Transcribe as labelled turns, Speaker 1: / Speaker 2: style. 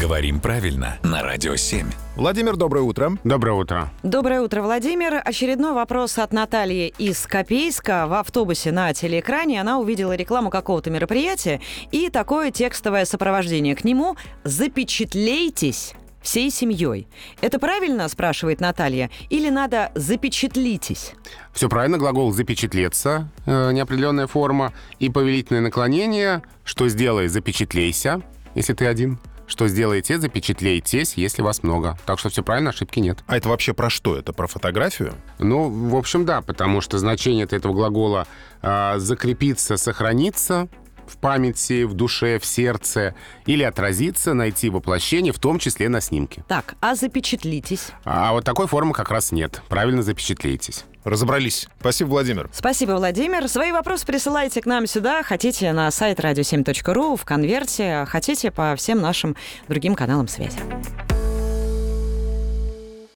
Speaker 1: Говорим правильно на Радио 7.
Speaker 2: Владимир, доброе утро.
Speaker 3: Доброе утро.
Speaker 4: Доброе утро, Владимир. Очередной вопрос от Натальи из Копейска. В автобусе на телеэкране она увидела рекламу какого-то мероприятия и такое текстовое сопровождение к нему «Запечатлейтесь» всей семьей. Это правильно, спрашивает Наталья, или надо запечатлитесь?
Speaker 3: Все правильно, глагол «запечатлеться», э, неопределенная форма, и повелительное наклонение «что сделай, запечатлейся», если ты один. «Что сделаете, запечатлейтесь», если вас много. Так что все правильно, ошибки нет.
Speaker 2: А это вообще про что? Это про фотографию?
Speaker 3: Ну, в общем, да, потому что значение этого глагола э, «закрепиться», «сохраниться», в памяти, в душе, в сердце, или отразиться, найти воплощение, в том числе на снимке.
Speaker 4: Так, а запечатлитесь?
Speaker 3: А вот такой формы как раз нет. Правильно запечатлейтесь.
Speaker 2: Разобрались. Спасибо, Владимир.
Speaker 4: Спасибо, Владимир. Свои вопросы присылайте к нам сюда. Хотите на сайт radio7.ru, в конверте, хотите по всем нашим другим каналам связи.